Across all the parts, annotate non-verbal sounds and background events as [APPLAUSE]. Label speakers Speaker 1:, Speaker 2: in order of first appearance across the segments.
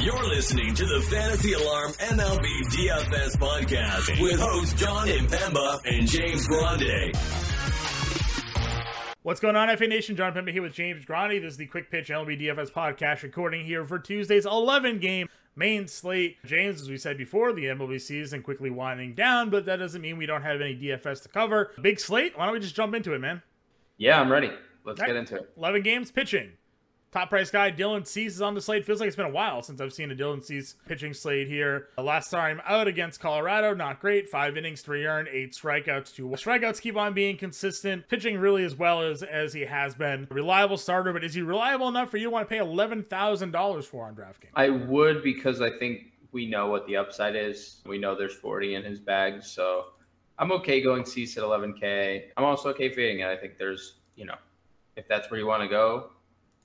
Speaker 1: You're listening to the Fantasy Alarm MLB DFS podcast with hosts John Impemba and James Grande.
Speaker 2: What's going on, FA Nation? John Pemba here with James Grande. This is the Quick Pitch MLB DFS podcast recording here for Tuesday's 11 game main slate. James, as we said before, the MLB season quickly winding down, but that doesn't mean we don't have any DFS to cover. Big slate. Why don't we just jump into it, man?
Speaker 3: Yeah, I'm ready. Let's get into it.
Speaker 2: 11 games pitching. Top price guy Dylan Cease is on the slate. Feels like it's been a while since I've seen a Dylan Cease pitching slate here. Uh, last time out against Colorado, not great. Five innings, three earned, eight strikeouts, two strikeouts. Keep on being consistent, pitching really as well as as he has been. Reliable starter, but is he reliable enough for you to want to pay eleven thousand dollars for on DraftKings?
Speaker 3: I would because I think we know what the upside is. We know there's 40 in his bag, so I'm okay going Cease at 11K. I'm also okay fading it. I think there's, you know, if that's where you want to go,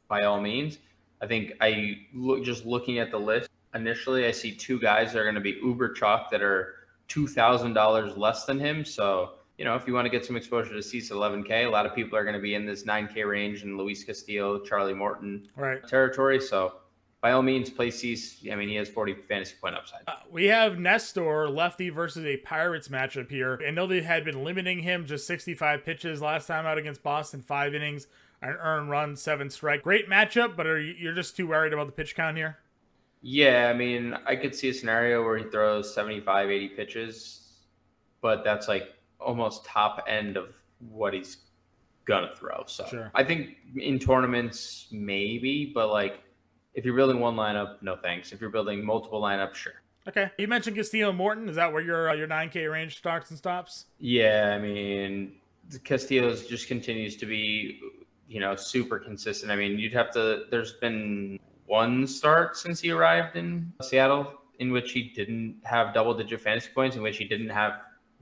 Speaker 3: by all means. I think I look just looking at the list initially, I see two guys that are going to be uber chalk that are two thousand dollars less than him. So you know, if you want to get some exposure to Cease at 11K, a lot of people are going to be in this 9K range and Luis Castillo, Charlie Morton
Speaker 2: Right.
Speaker 3: territory. So by all means, play Cease. I mean, he has 40 fantasy point upside.
Speaker 2: Uh, we have Nestor lefty versus a Pirates matchup here. I know they had been limiting him just 65 pitches last time out against Boston, five innings, an earned run, seven strike. Great matchup, but are you, you're just too worried about the pitch count here?
Speaker 3: Yeah, I mean, I could see a scenario where he throws 75, 80 pitches, but that's like almost top end of what he's gonna throw. So
Speaker 2: Sure.
Speaker 3: I think in tournaments, maybe, but like if you're building one lineup, no thanks. If you're building multiple lineups, sure.
Speaker 2: Okay. You mentioned Castillo and Morton. Is that where your uh, your 9K range starts and stops?
Speaker 3: Yeah, I mean, Castillo's just continues to be, you know, super consistent. I mean, you'd have to. There's been one start since he arrived in Seattle in which he didn't have double-digit fantasy points, in which he didn't have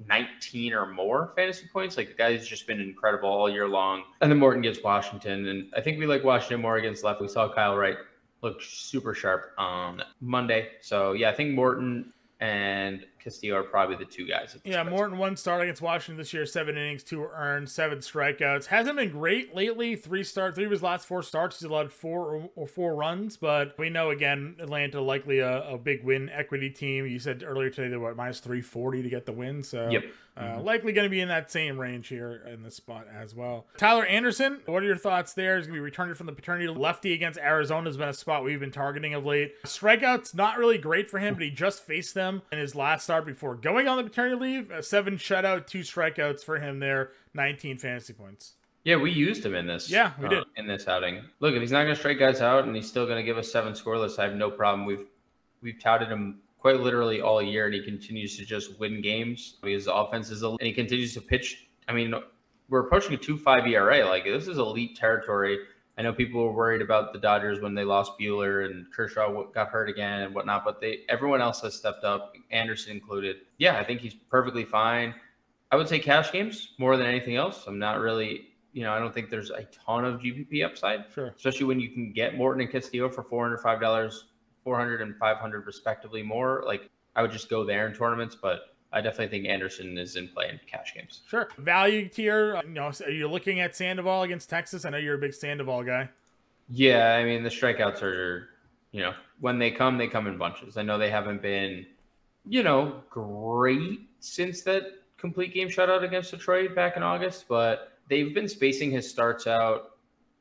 Speaker 3: 19 or more fantasy points. Like the guy's just been incredible all year long. And then Morton gets Washington, and I think we like Washington more against left. We saw Kyle Wright look super sharp on Monday. So yeah, I think Morton and Castillo are probably the two guys. at this
Speaker 2: Yeah,
Speaker 3: price.
Speaker 2: Morton one start against Washington this year, seven innings, two earned, seven strikeouts. Hasn't been great lately. Three start, three of his last four starts, he's allowed four or, or four runs. But we know again, Atlanta likely a, a big win equity team. You said earlier today they were at minus three forty to get the win, so
Speaker 3: Yep.
Speaker 2: uh, likely going to be in that same range here in this spot as well. Tyler Anderson, what are your thoughts there? He's going to be returning from the paternity. Lefty against Arizona has been a spot we've been targeting of late. Strikeouts, not really great for him, but he just faced them in his last start before going on the paternity leave. A seven shutout, two strikeouts for him there, 19 fantasy points.
Speaker 3: Yeah, we used him in this. uh,
Speaker 2: Yeah, we did.
Speaker 3: in this outing. Look, if he's not going to strike guys out and he's still going to give us seven scoreless, I have no problem. We've we've touted him quite literally all year, and he continues to just win games. His offense is, el- and he continues to pitch. I mean, we're approaching a two-five ERA. Like this is elite territory. I know people were worried about the Dodgers when they lost Bueller and Kershaw w- got hurt again and whatnot, but they everyone else has stepped up, Anderson included. Yeah, I think he's perfectly fine. I would say cash games more than anything else. I'm not really, you know, I don't think there's a ton of GPP upside,
Speaker 2: Sure.
Speaker 3: especially when you can get Morton and Castillo for four hundred five dollars, four hundred and five hundred respectively more. Like I would just go there in tournaments, but I definitely think Anderson is in play in cash games.
Speaker 2: Sure. Value tier, uh, you know, so you're looking at Sandoval against Texas. I know you're a big Sandoval guy.
Speaker 3: Yeah, I mean the strikeouts are, you know, when they come, they come in bunches. I know they haven't been, you know, great since that complete game shutout against Detroit back in August, but they've been spacing his starts out.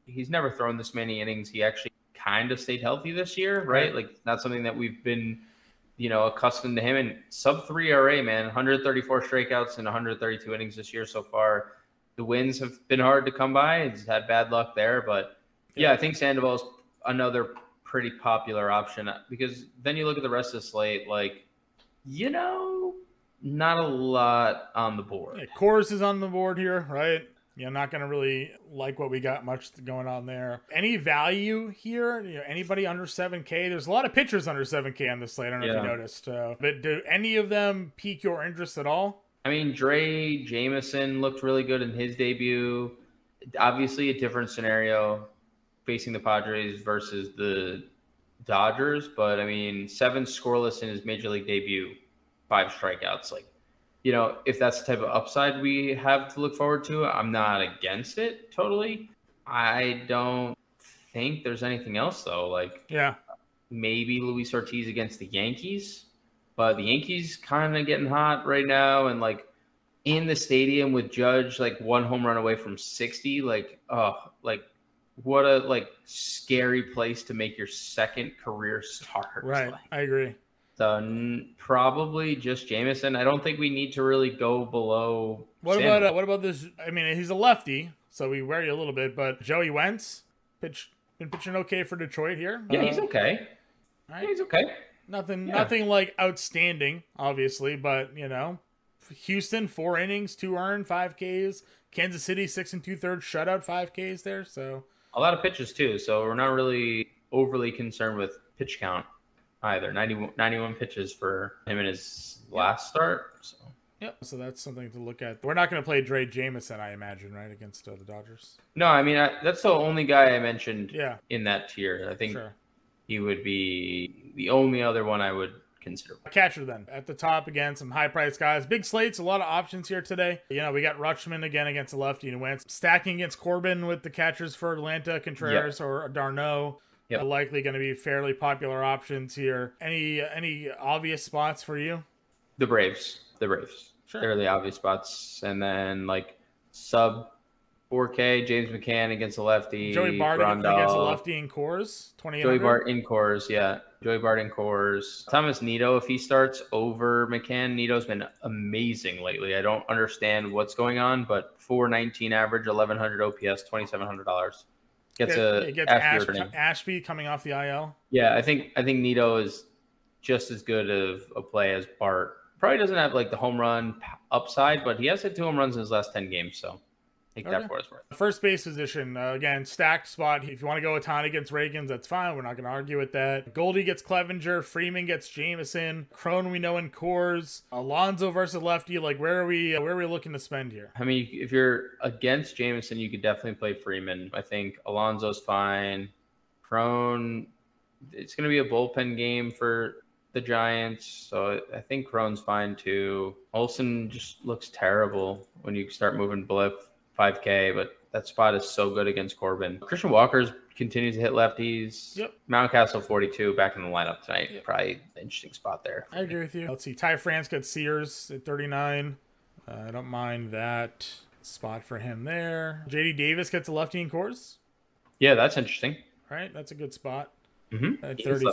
Speaker 3: He's never thrown this many innings. He actually kind of stayed healthy this year, right? Like not something that we've been, you know, accustomed to him. And sub three RA, man, 134 strikeouts and 132 innings this year so far. The wins have been hard to come by. He's had bad luck there, but yeah, I think Sandoval's another pretty popular option because then you look at the rest of the slate, like, you know, not a lot on the board.
Speaker 2: Yeah, Chorus is on the board here, right? Yeah, I'm not gonna really like what we got much going on there. Any value here? You know, anybody under 7K? There's a lot of pitchers under 7K on this slate. I don't know if you
Speaker 3: Yeah.
Speaker 2: noticed. Uh, but do any of them pique your interest at all?
Speaker 3: I mean, Dre Jameson looked really good in his debut. Obviously, a different scenario facing the Padres versus the Dodgers, but I mean, seven scoreless in his major league debut, five strikeouts. Like, you know, if that's the type of upside we have to look forward to, I'm not against it totally. I don't think there's anything else though. Like,
Speaker 2: Yeah,
Speaker 3: maybe Luis Ortiz against the Yankees, but the Yankees kind of getting hot right now, and like in the stadium with Judge, like one home run away from sixty, like oh, like what a like scary place to make your second career start.
Speaker 2: Right.
Speaker 3: Like,
Speaker 2: I agree.
Speaker 3: so n- probably just Jamison. I don't think we need to really go below.
Speaker 2: What
Speaker 3: Sam.
Speaker 2: about uh, what about this? I mean, he's a lefty, so we worry a little bit. But Joey Wentz pitch been pitching okay for Detroit here.
Speaker 3: Yeah,
Speaker 2: Uh,
Speaker 3: he's okay.
Speaker 2: all right.
Speaker 3: Yeah, he's okay.
Speaker 2: Nothing,
Speaker 3: Yeah.
Speaker 2: nothing like outstanding, obviously, but you know, Houston four innings, two earned, five Ks. Kansas City six and two thirds shutout, five Ks there. So
Speaker 3: A lot of pitches too, so we're not really overly concerned with pitch count either. 91, 91 pitches for him in his last start. So
Speaker 2: yep, so that's something to look at. We're not going to play Dre Jameson, I imagine, right against uh, the Dodgers.
Speaker 3: no, I mean I, that's the only guy I mentioned
Speaker 2: Yeah,
Speaker 3: in that tier. I think
Speaker 2: sure.
Speaker 3: he would be the only other one I would consider.
Speaker 2: Catcher then at the top again, some high price guys, big slates, a lot of options here today. You know, we got Rutschman again against the lefty and Wentz stacking against Corbin with the catchers for Atlanta, Contreras or Darno.
Speaker 3: Yep.
Speaker 2: Are likely going to be fairly popular options here. Any any obvious spots for you?
Speaker 3: The Braves, the Braves.
Speaker 2: Sure.
Speaker 3: They're the obvious spots, and then like sub 4K James McCann against the lefty.
Speaker 2: Joey Bart against the
Speaker 3: Grandal.
Speaker 2: lefty in cores, twenty.
Speaker 3: Joey Bart in cores, yeah. Joey Bart in cores. Thomas Nito, if he starts over McCann, Nito's been amazing lately. I don't understand what's going on, but 419 average, 1100 OPS, $2,700. Gets a
Speaker 2: it gets
Speaker 3: after
Speaker 2: Ash,
Speaker 3: earning.
Speaker 2: Ashby coming off the IL.
Speaker 3: Yeah, I think I think Nito is just as good of a play as Bart. Probably doesn't have like the home run p- upside, but he has hit two home runs in his last 10 games, so take
Speaker 2: Okay.
Speaker 3: that for what it's worth.
Speaker 2: First base position, uh, again, stacked spot. If you want to go Otani against Reagans, that's fine. We're not going to argue with that. Goldie gets Clevenger. Freeman gets Jameson. Crone, we know in cores. Alonzo versus lefty. Like, where are we? Uh, where are we looking to spend here?
Speaker 3: I mean, if you're against Jameson, you could definitely play Freeman. I think Alonzo's fine. Crone, it's going to be a bullpen game for the Giants, so I think Crone's fine too. Olson just looks terrible when you start moving below 5K, but that spot is so good against Corbin. Christian Walker's continues to hit lefties.
Speaker 2: Yep.
Speaker 3: Mountcastle 42 back in the lineup tonight.
Speaker 2: Yep.
Speaker 3: Probably an interesting spot there.
Speaker 2: I agree with you. Let's see. Ty France gets Sears at 39. Uh, I don't mind that spot for him there. JD Davis gets a lefty in cores.
Speaker 3: Yeah, that's interesting.
Speaker 2: Right, that's a good spot.
Speaker 3: Mm-hmm.
Speaker 2: At thirty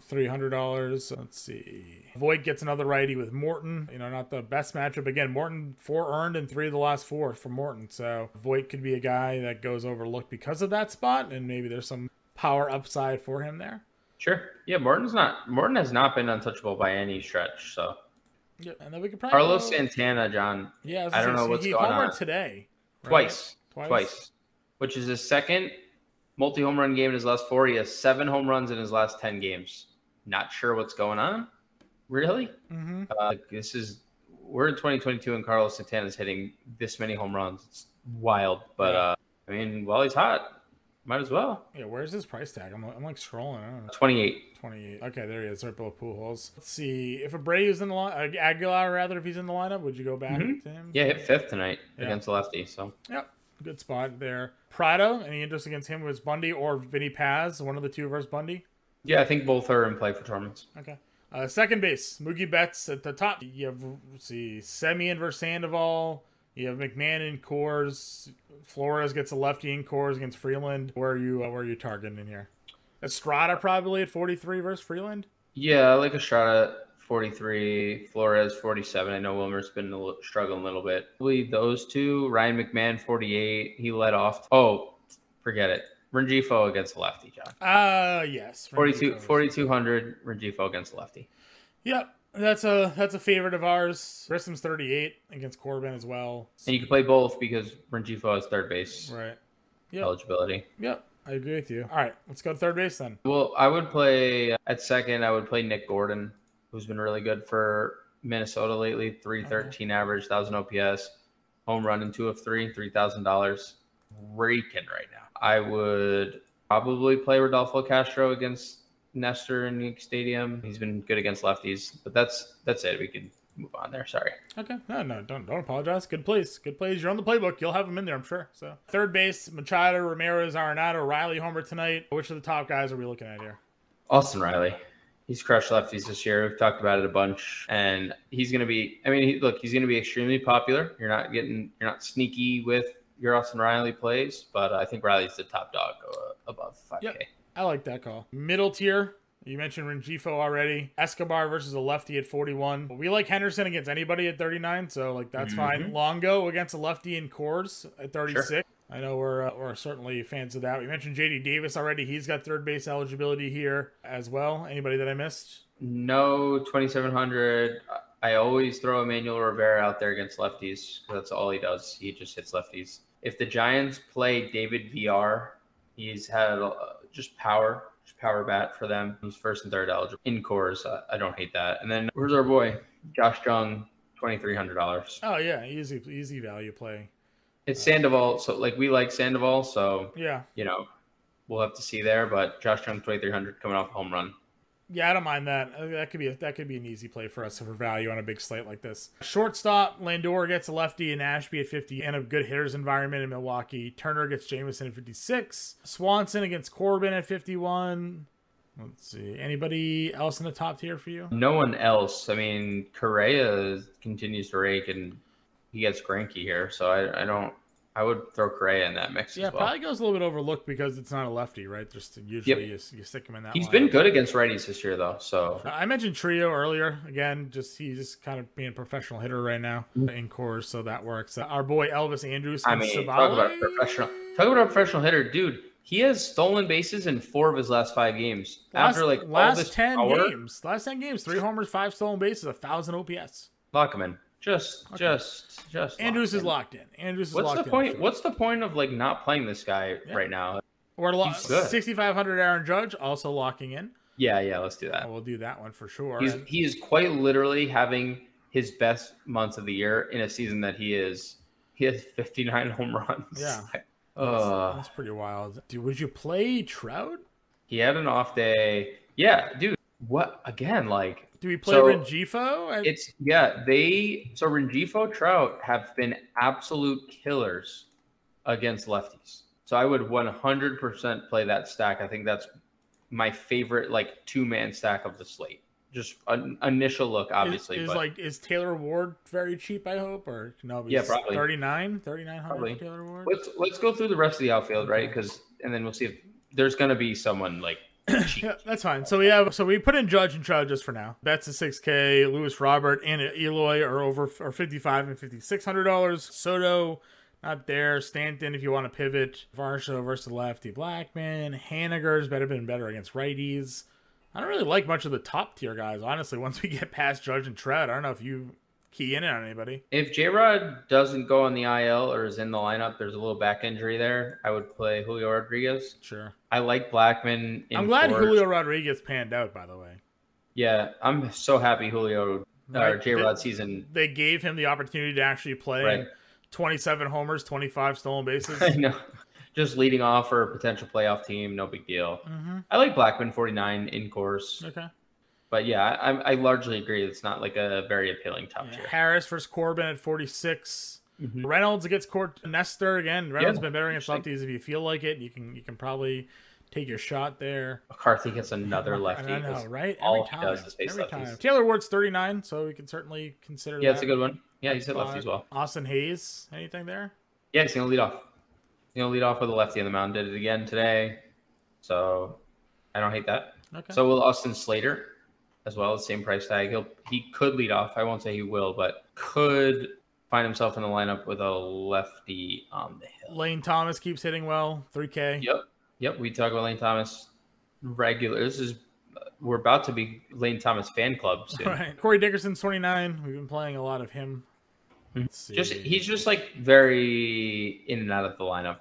Speaker 2: three hundred dollars. Let's see. Void gets another righty with Morton. You know, not the best matchup. Again, Morton four earned and three of the last four for Morton. So Void could be a guy that goes overlooked because of that spot, and maybe there's some power upside for him there.
Speaker 3: Sure. Yeah, Martin's not Martin has not been untouchable by any stretch. So
Speaker 2: Yeah, and then we could probably
Speaker 3: Carlos Santana, John,
Speaker 2: Yeah, I, was
Speaker 3: I
Speaker 2: gonna
Speaker 3: don't
Speaker 2: say,
Speaker 3: know what's
Speaker 2: he
Speaker 3: going
Speaker 2: homered
Speaker 3: on.
Speaker 2: today. right?
Speaker 3: twice,
Speaker 2: Twice.
Speaker 3: twice, which is his second multi home run game in his last four. He has seven home runs in his last ten games. Not sure what's going on. Really,
Speaker 2: Mm-hmm.
Speaker 3: uh, like, this is we're in 2022 and Carlos Santana's hitting this many home runs. It's wild, but
Speaker 2: Yeah.
Speaker 3: uh, I mean, while he's hot, might as well.
Speaker 2: Yeah, where's his price tag? I'm, I'm like scrolling. I don't know.
Speaker 3: 28.
Speaker 2: 28. Okay, there he is. Right below pool holes. Let's see. If Abreu's in the line, Aguilar, rather, if he's in the lineup, would you go back
Speaker 3: Mhm.
Speaker 2: to him?
Speaker 3: Yeah, hit fifth tonight
Speaker 2: Yeah.
Speaker 3: against the lefty. So
Speaker 2: Yep. Good spot there. Prado, any interest against him was Bundy or Vinny Paz, one of the two versus Bundy.
Speaker 3: yeah, I think both are in play for tournaments.
Speaker 2: Okay. Uh, second base, Moogie Betts at the top. You have let's see Semyon versus Sandoval. You have McMahon in cores. Flores gets a lefty in cores against Freeland. Where are you? Uh, where are you targeting here? Estrada probably at 43 versus Freeland.
Speaker 3: Yeah, I like Estrada, 43, Flores, 47. I know Wilmer's been a little, struggling a little bit. Probably those two, Ryan McMahon, 48. He led off. Oh, forget it. Rengifo against the lefty, John.
Speaker 2: Ah, yes.
Speaker 3: 42,
Speaker 2: Freeland.
Speaker 3: 4,200, Rengifo against the lefty.
Speaker 2: Yep. That's a that's a favorite of ours. Grissom's 38 against Corbin as well.
Speaker 3: And you can play both because Rengifo has third base
Speaker 2: Right. Yep.
Speaker 3: eligibility.
Speaker 2: Yep, I agree with you. All right, let's go to third base then.
Speaker 3: Well, I would play at second, I would play Nick Gordon, who's been really good for Minnesota lately. 313 average, 1,000 OPS, home run in two of three, $3,000. Raking right now. I would probably play Rodolfo Castro against Nestor in Yankee Stadium. He's been good against lefties, but that's that's it. We can move on there. Sorry.
Speaker 2: Okay, no, no, don't don't apologize. Good plays, good plays. You're on the playbook. You'll have them in there, I'm sure. So third base, Machado, Ramirez, Arenado, Riley, Homer tonight. Which of the top guys are we looking at here?
Speaker 3: Austin Riley. He's crushed lefties this year. We've talked about it a bunch, and he's going to be. I mean, he, look, he's going to be extremely popular. You're not getting, you're not sneaky with your Austin Riley plays, but I think Riley's the top dog uh, above 5K.
Speaker 2: Yep. I like that call. Middle tier. You mentioned Rengifo already. Escobar versus a lefty at 41. We like Henderson against anybody at 39, so like that's fine. Longo against a lefty in Coors at 36. I know we're uh, we're certainly fans of that. We mentioned JD Davis already. He's got third base eligibility here as well. Anybody that I missed?
Speaker 3: No 2700. I always throw Emmanuel Rivera out there against lefties because that's all he does. He just hits lefties. If the Giants play David VR, he's had uh, just power, just power bat for them. He's first and third eligible in cores. I, I don't hate that. And then where's our boy Josh Jung, twenty three hundred dollars.
Speaker 2: Oh yeah, easy easy value play.
Speaker 3: It's Sandoval, so like we like Sandoval, so
Speaker 2: Yeah,
Speaker 3: you know we'll have to see there. But Josh Jung, twenty three hundred, coming off a home run.
Speaker 2: Yeah, I don't mind that. I think That could be a, that could be an easy play for us for value on a big slate like this. Shortstop Landor gets a lefty and Ashby at 50 and a good hitters environment in Milwaukee. Turner gets Jamison at 56. Swanson against Corbin at 51. Let's see. Anybody else in the top tier for you?
Speaker 3: No one else. I mean, Correa is- continues to rake, and he gets cranky here. So I, I don't. I would throw Correa in that mix
Speaker 2: Yeah,
Speaker 3: as well.
Speaker 2: probably goes a little bit overlooked because it's not a lefty, right? Just usually you, you stick him in that.
Speaker 3: He's
Speaker 2: lineup.
Speaker 3: been good against righties this year, though. So
Speaker 2: Uh, I mentioned Trio earlier. Again, just he's just kind of being a professional hitter right now in course, so that works. Uh, our boy Elvis Andrews.
Speaker 3: Mm-hmm. I mean,
Speaker 2: against
Speaker 3: talk about a
Speaker 2: Savali?
Speaker 3: professional. Talk about a professional hitter, dude. He has stolen bases in four of his last five games.
Speaker 2: Last,
Speaker 3: After like all
Speaker 2: last
Speaker 3: this
Speaker 2: ten
Speaker 3: power,
Speaker 2: games, last ten games, three homers, five stolen bases, a thousand OPS.
Speaker 3: lock him in. Just, just, just.
Speaker 2: Andrews
Speaker 3: lock
Speaker 2: is
Speaker 3: him.
Speaker 2: locked in. Andrews is
Speaker 3: What's
Speaker 2: locked
Speaker 3: the
Speaker 2: in.
Speaker 3: point? What's the point of like not playing this guy
Speaker 2: Yeah.
Speaker 3: right now?
Speaker 2: We're lo-
Speaker 3: He's good.
Speaker 2: 6,500 Aaron Judge also locking in.
Speaker 3: Yeah, yeah. Let's do
Speaker 2: I
Speaker 3: that.
Speaker 2: will do that one for sure.
Speaker 3: He's
Speaker 2: And
Speaker 3: he is quite literally having his best months of the year in a season that he is. He has 59 home [LAUGHS] runs.
Speaker 2: Yeah. that's,
Speaker 3: Ugh.
Speaker 2: that's pretty wild. Dude, would you play Trout?
Speaker 3: He had an off day. Yeah, dude. What again? Like
Speaker 2: Do we play
Speaker 3: So,
Speaker 2: Rengifo? I-
Speaker 3: it's yeah. They so Rengifo Trout have been absolute killers against lefties. So I would 100 percent play that stack. I think that's my favorite like two man stack of the slate. Just an initial look, obviously.
Speaker 2: is, is
Speaker 3: but
Speaker 2: like is Taylor Ward very cheap? I hope or no?
Speaker 3: Yeah, probably.
Speaker 2: 39, 3900
Speaker 3: Probably.
Speaker 2: for Taylor Ward.
Speaker 3: let's let's go through the rest of the outfield, right? Because and then we'll see if there's gonna be someone
Speaker 2: [COUGHS]
Speaker 3: like cheap.
Speaker 2: Yeah, that's fine. So we have so we put in Judge and Trout just for now. That's a 6K. Lewis Robert and Eloy are over are 55 and 5600 dollars. Soto not there. Stanton if you want to pivot. Varsho versus the lefty Blackman. Haniger's better been better against righties. I don't really like much of the top tier guys, honestly. [LAUGHS] Once we get past Judge and Trout, I don't know if you key in on anybody.
Speaker 3: If J Rod doesn't go on the IL or is in the lineup, there's a little back injury there. I would play Julio Rodriguez.
Speaker 2: Sure.
Speaker 3: I like Blackman. In
Speaker 2: I'm glad
Speaker 3: fours.
Speaker 2: Julio Rodriguez panned out, by the way.
Speaker 3: Yeah, I'm so happy Julio or
Speaker 2: Right,
Speaker 3: Uh, J Rod
Speaker 2: that-
Speaker 3: season.
Speaker 2: They gave him the opportunity to actually play.
Speaker 3: Right. [LAUGHS]
Speaker 2: and 27 homers, 25 stolen bases.
Speaker 3: I know, just leading off for a potential playoff team, no big deal.
Speaker 2: hmm
Speaker 3: I like Blackman 49 in course,
Speaker 2: Okay.
Speaker 3: but yeah, I, I- I largely agree. It's not like a very appealing top
Speaker 2: Yeah,
Speaker 3: tier.
Speaker 2: Harris versus Corbin at 46.
Speaker 3: Mhm.
Speaker 2: Reynolds against Court Nestor again. Reynolds
Speaker 3: Yeah,
Speaker 2: been better against
Speaker 3: interesting.
Speaker 2: lefties if you feel like it. You can you can probably take your shot there.
Speaker 3: McCarthy gets another lefty.
Speaker 2: I know, right?
Speaker 3: all
Speaker 2: Every
Speaker 3: he
Speaker 2: time.
Speaker 3: does is face
Speaker 2: Every
Speaker 3: lefties.
Speaker 2: time. Taylor Ward's 39, so we can certainly consider
Speaker 3: Yeah,
Speaker 2: that.
Speaker 3: it's a good one. Yeah, he's hit lefty
Speaker 2: But
Speaker 3: as well.
Speaker 2: Austin Hayes, anything there?
Speaker 3: Yeah, he's gonna lead off. He's gonna lead off with a lefty on the mound. Did it again today, so I don't hate that.
Speaker 2: Okay.
Speaker 3: So will Austin Slater as well, same price tag. He'll he could lead off. I won't say he will, but could find himself in the lineup with a lefty on the hill.
Speaker 2: Lane Thomas keeps hitting well, 3K.
Speaker 3: Yep. Yep, we talk about Lane Thomas regular. This is we're about to be Lane Thomas fan club soon.
Speaker 2: Right. Corey Dickerson's 29. We've been playing a lot of him. Let's see.
Speaker 3: Mm-hmm. Just he's just like very in and out of the lineup.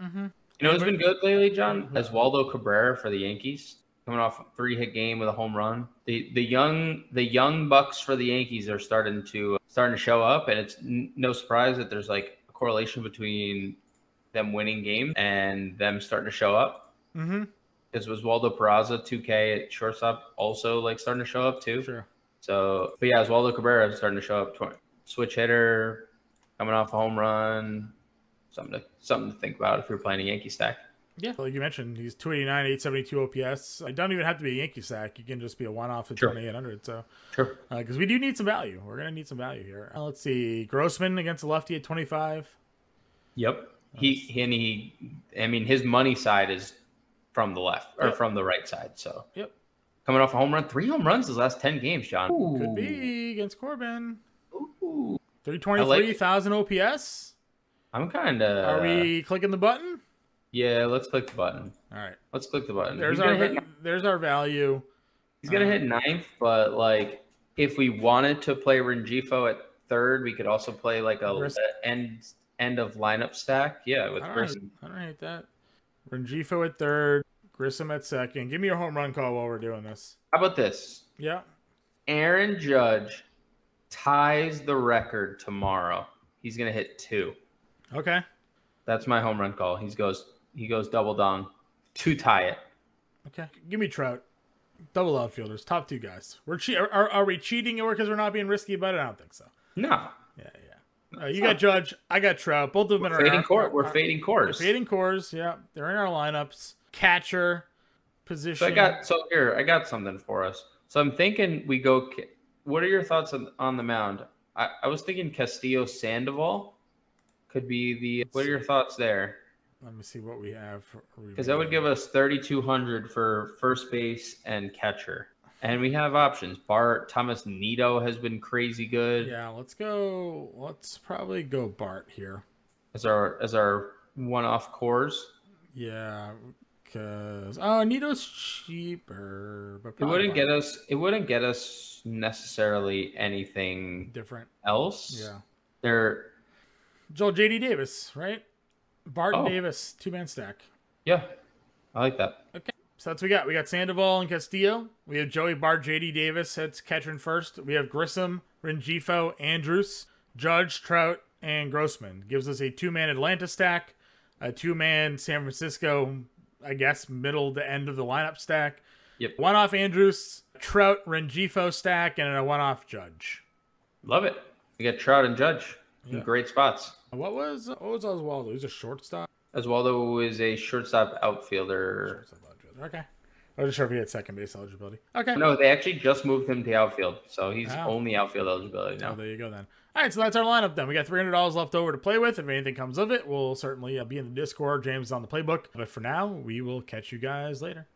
Speaker 2: Mhm.
Speaker 3: You know who's been good lately, John? As Waldo Cabrera for the Yankees, coming off a three-hit game with a home run. The the young the young bucks for the Yankees are starting to starting to show up, and it's n- no surprise that there's like a correlation between them winning games and them starting to show up.
Speaker 2: Mhm.
Speaker 3: Because was Waldo Peraza 2K at shortstop also like starting to show up too?
Speaker 2: Sure.
Speaker 3: So, but yeah, Oswaldo Cabrera is starting to show up. Tw- Switch hitter, coming off a home run, something to something to think about if you're playing a Yankee stack.
Speaker 2: Yeah, like you mentioned, he's 289, 872 OPS. It don't even have to be a Yankee sack. You can just be a one off at
Speaker 3: Sure.
Speaker 2: 2800. So,
Speaker 3: Sure.
Speaker 2: because we do need some value, we're gonna need some value here. Uh, let's see, Grossman against a lefty at 25.
Speaker 3: Yep. He and he. I mean, his money side is from the left or
Speaker 2: Yep.
Speaker 3: from the right side. So
Speaker 2: Yep,
Speaker 3: coming off a home run, three home runs his last ten games, John.
Speaker 2: could be against Corbin.
Speaker 3: Ooh.
Speaker 2: 323,000 OPS.
Speaker 3: I'm kind of.
Speaker 2: Are
Speaker 3: Uh,
Speaker 2: we clicking the button?
Speaker 3: Yeah, let's click the button.
Speaker 2: All right,
Speaker 3: Let's click the button.
Speaker 2: there's
Speaker 3: he's
Speaker 2: our Uh-huh.
Speaker 3: gonna hit,
Speaker 2: there's our value.
Speaker 3: he's gonna hit ninth, but like if we wanted to play Rengifo at third, we could also play like a
Speaker 2: Gris-
Speaker 3: a end end of lineup stack. Yeah, with
Speaker 2: I don't,
Speaker 3: Grissom.
Speaker 2: hate, I don't hate that. Rengifo at third, Grissom at second. Give me your home run call while we're doing this.
Speaker 3: How about this?
Speaker 2: Yeah.
Speaker 3: Aaron Judge ties the record tomorrow. He's gonna hit two.
Speaker 2: Okay.
Speaker 3: That's my home run call. He goes he goes double dong to tie it.
Speaker 2: Okay. Give me Trout. Double outfielders, top two guys. We're che- are, are, are we cheating or because we're not being risky about it? I don't think so.
Speaker 3: No,
Speaker 2: Yeah, yeah. Uh, you got Judge. I got Trout. Both of them are in
Speaker 3: fading
Speaker 2: our-
Speaker 3: court. We're
Speaker 2: our-
Speaker 3: fading
Speaker 2: We're
Speaker 3: course.
Speaker 2: fading cores. Yeah, they're in our lineups. Catcher
Speaker 3: So
Speaker 2: position.
Speaker 3: I got so here I got something for us. So I'm thinking we go. Ca- What are your thoughts on, on the mound? I, I was thinking Castillo Sandoval could be the. What are your thoughts there?
Speaker 2: Let me see what we have. for-
Speaker 3: Because that would give us 3,200 for first base and catcher, and we have options. Bart Thomas Nito has been crazy good
Speaker 2: Yeah, let's go. Let's probably go Bart here.
Speaker 3: as our as our one off cores.
Speaker 2: Yeah, because oh, Nito's cheaper, but
Speaker 3: It
Speaker 2: probably
Speaker 3: wouldn't
Speaker 2: Bart.
Speaker 3: get us. It wouldn't get us necessarily anything
Speaker 2: different.
Speaker 3: else.
Speaker 2: Yeah,
Speaker 3: There.
Speaker 2: Joel J.D. Davis, right? Bart and
Speaker 3: Oh.
Speaker 2: Davis, two man stack.
Speaker 3: Yeah, I like that.
Speaker 2: So that's what we got. We got Sandoval and Castillo. We have Joey Bart, J.D. Davis. That's catcher in first. We have Grissom, Rengifo, Andrews, Judge, Trout, and Grossman. Gives us a two man Atlanta stack, a two man San Francisco, I guess, middle to end of the lineup stack.
Speaker 3: Yep.
Speaker 2: One off Andrews, Trout, Rengifo stack, and a one off Judge.
Speaker 3: Love it. We got Trout and Judge in
Speaker 2: Yeah.
Speaker 3: great spots.
Speaker 2: What was what was Oswaldo? He's a shortstop.
Speaker 3: Oswaldo is a shortstop outfielder.
Speaker 2: Shortstop outfielder. Okay. I was just sure if he had second base eligibility. Okay.
Speaker 3: No, they actually just moved him to outfield, so he's
Speaker 2: Wow.
Speaker 3: only outfield eligibility
Speaker 2: Oh,
Speaker 3: now.
Speaker 2: there you go then. All right, so that's our lineup then. We got three hundred dollars left over to play with. If anything comes of it, we'll certainly uh, be in the Discord. James is on the playbook, but for now, we will catch you guys later.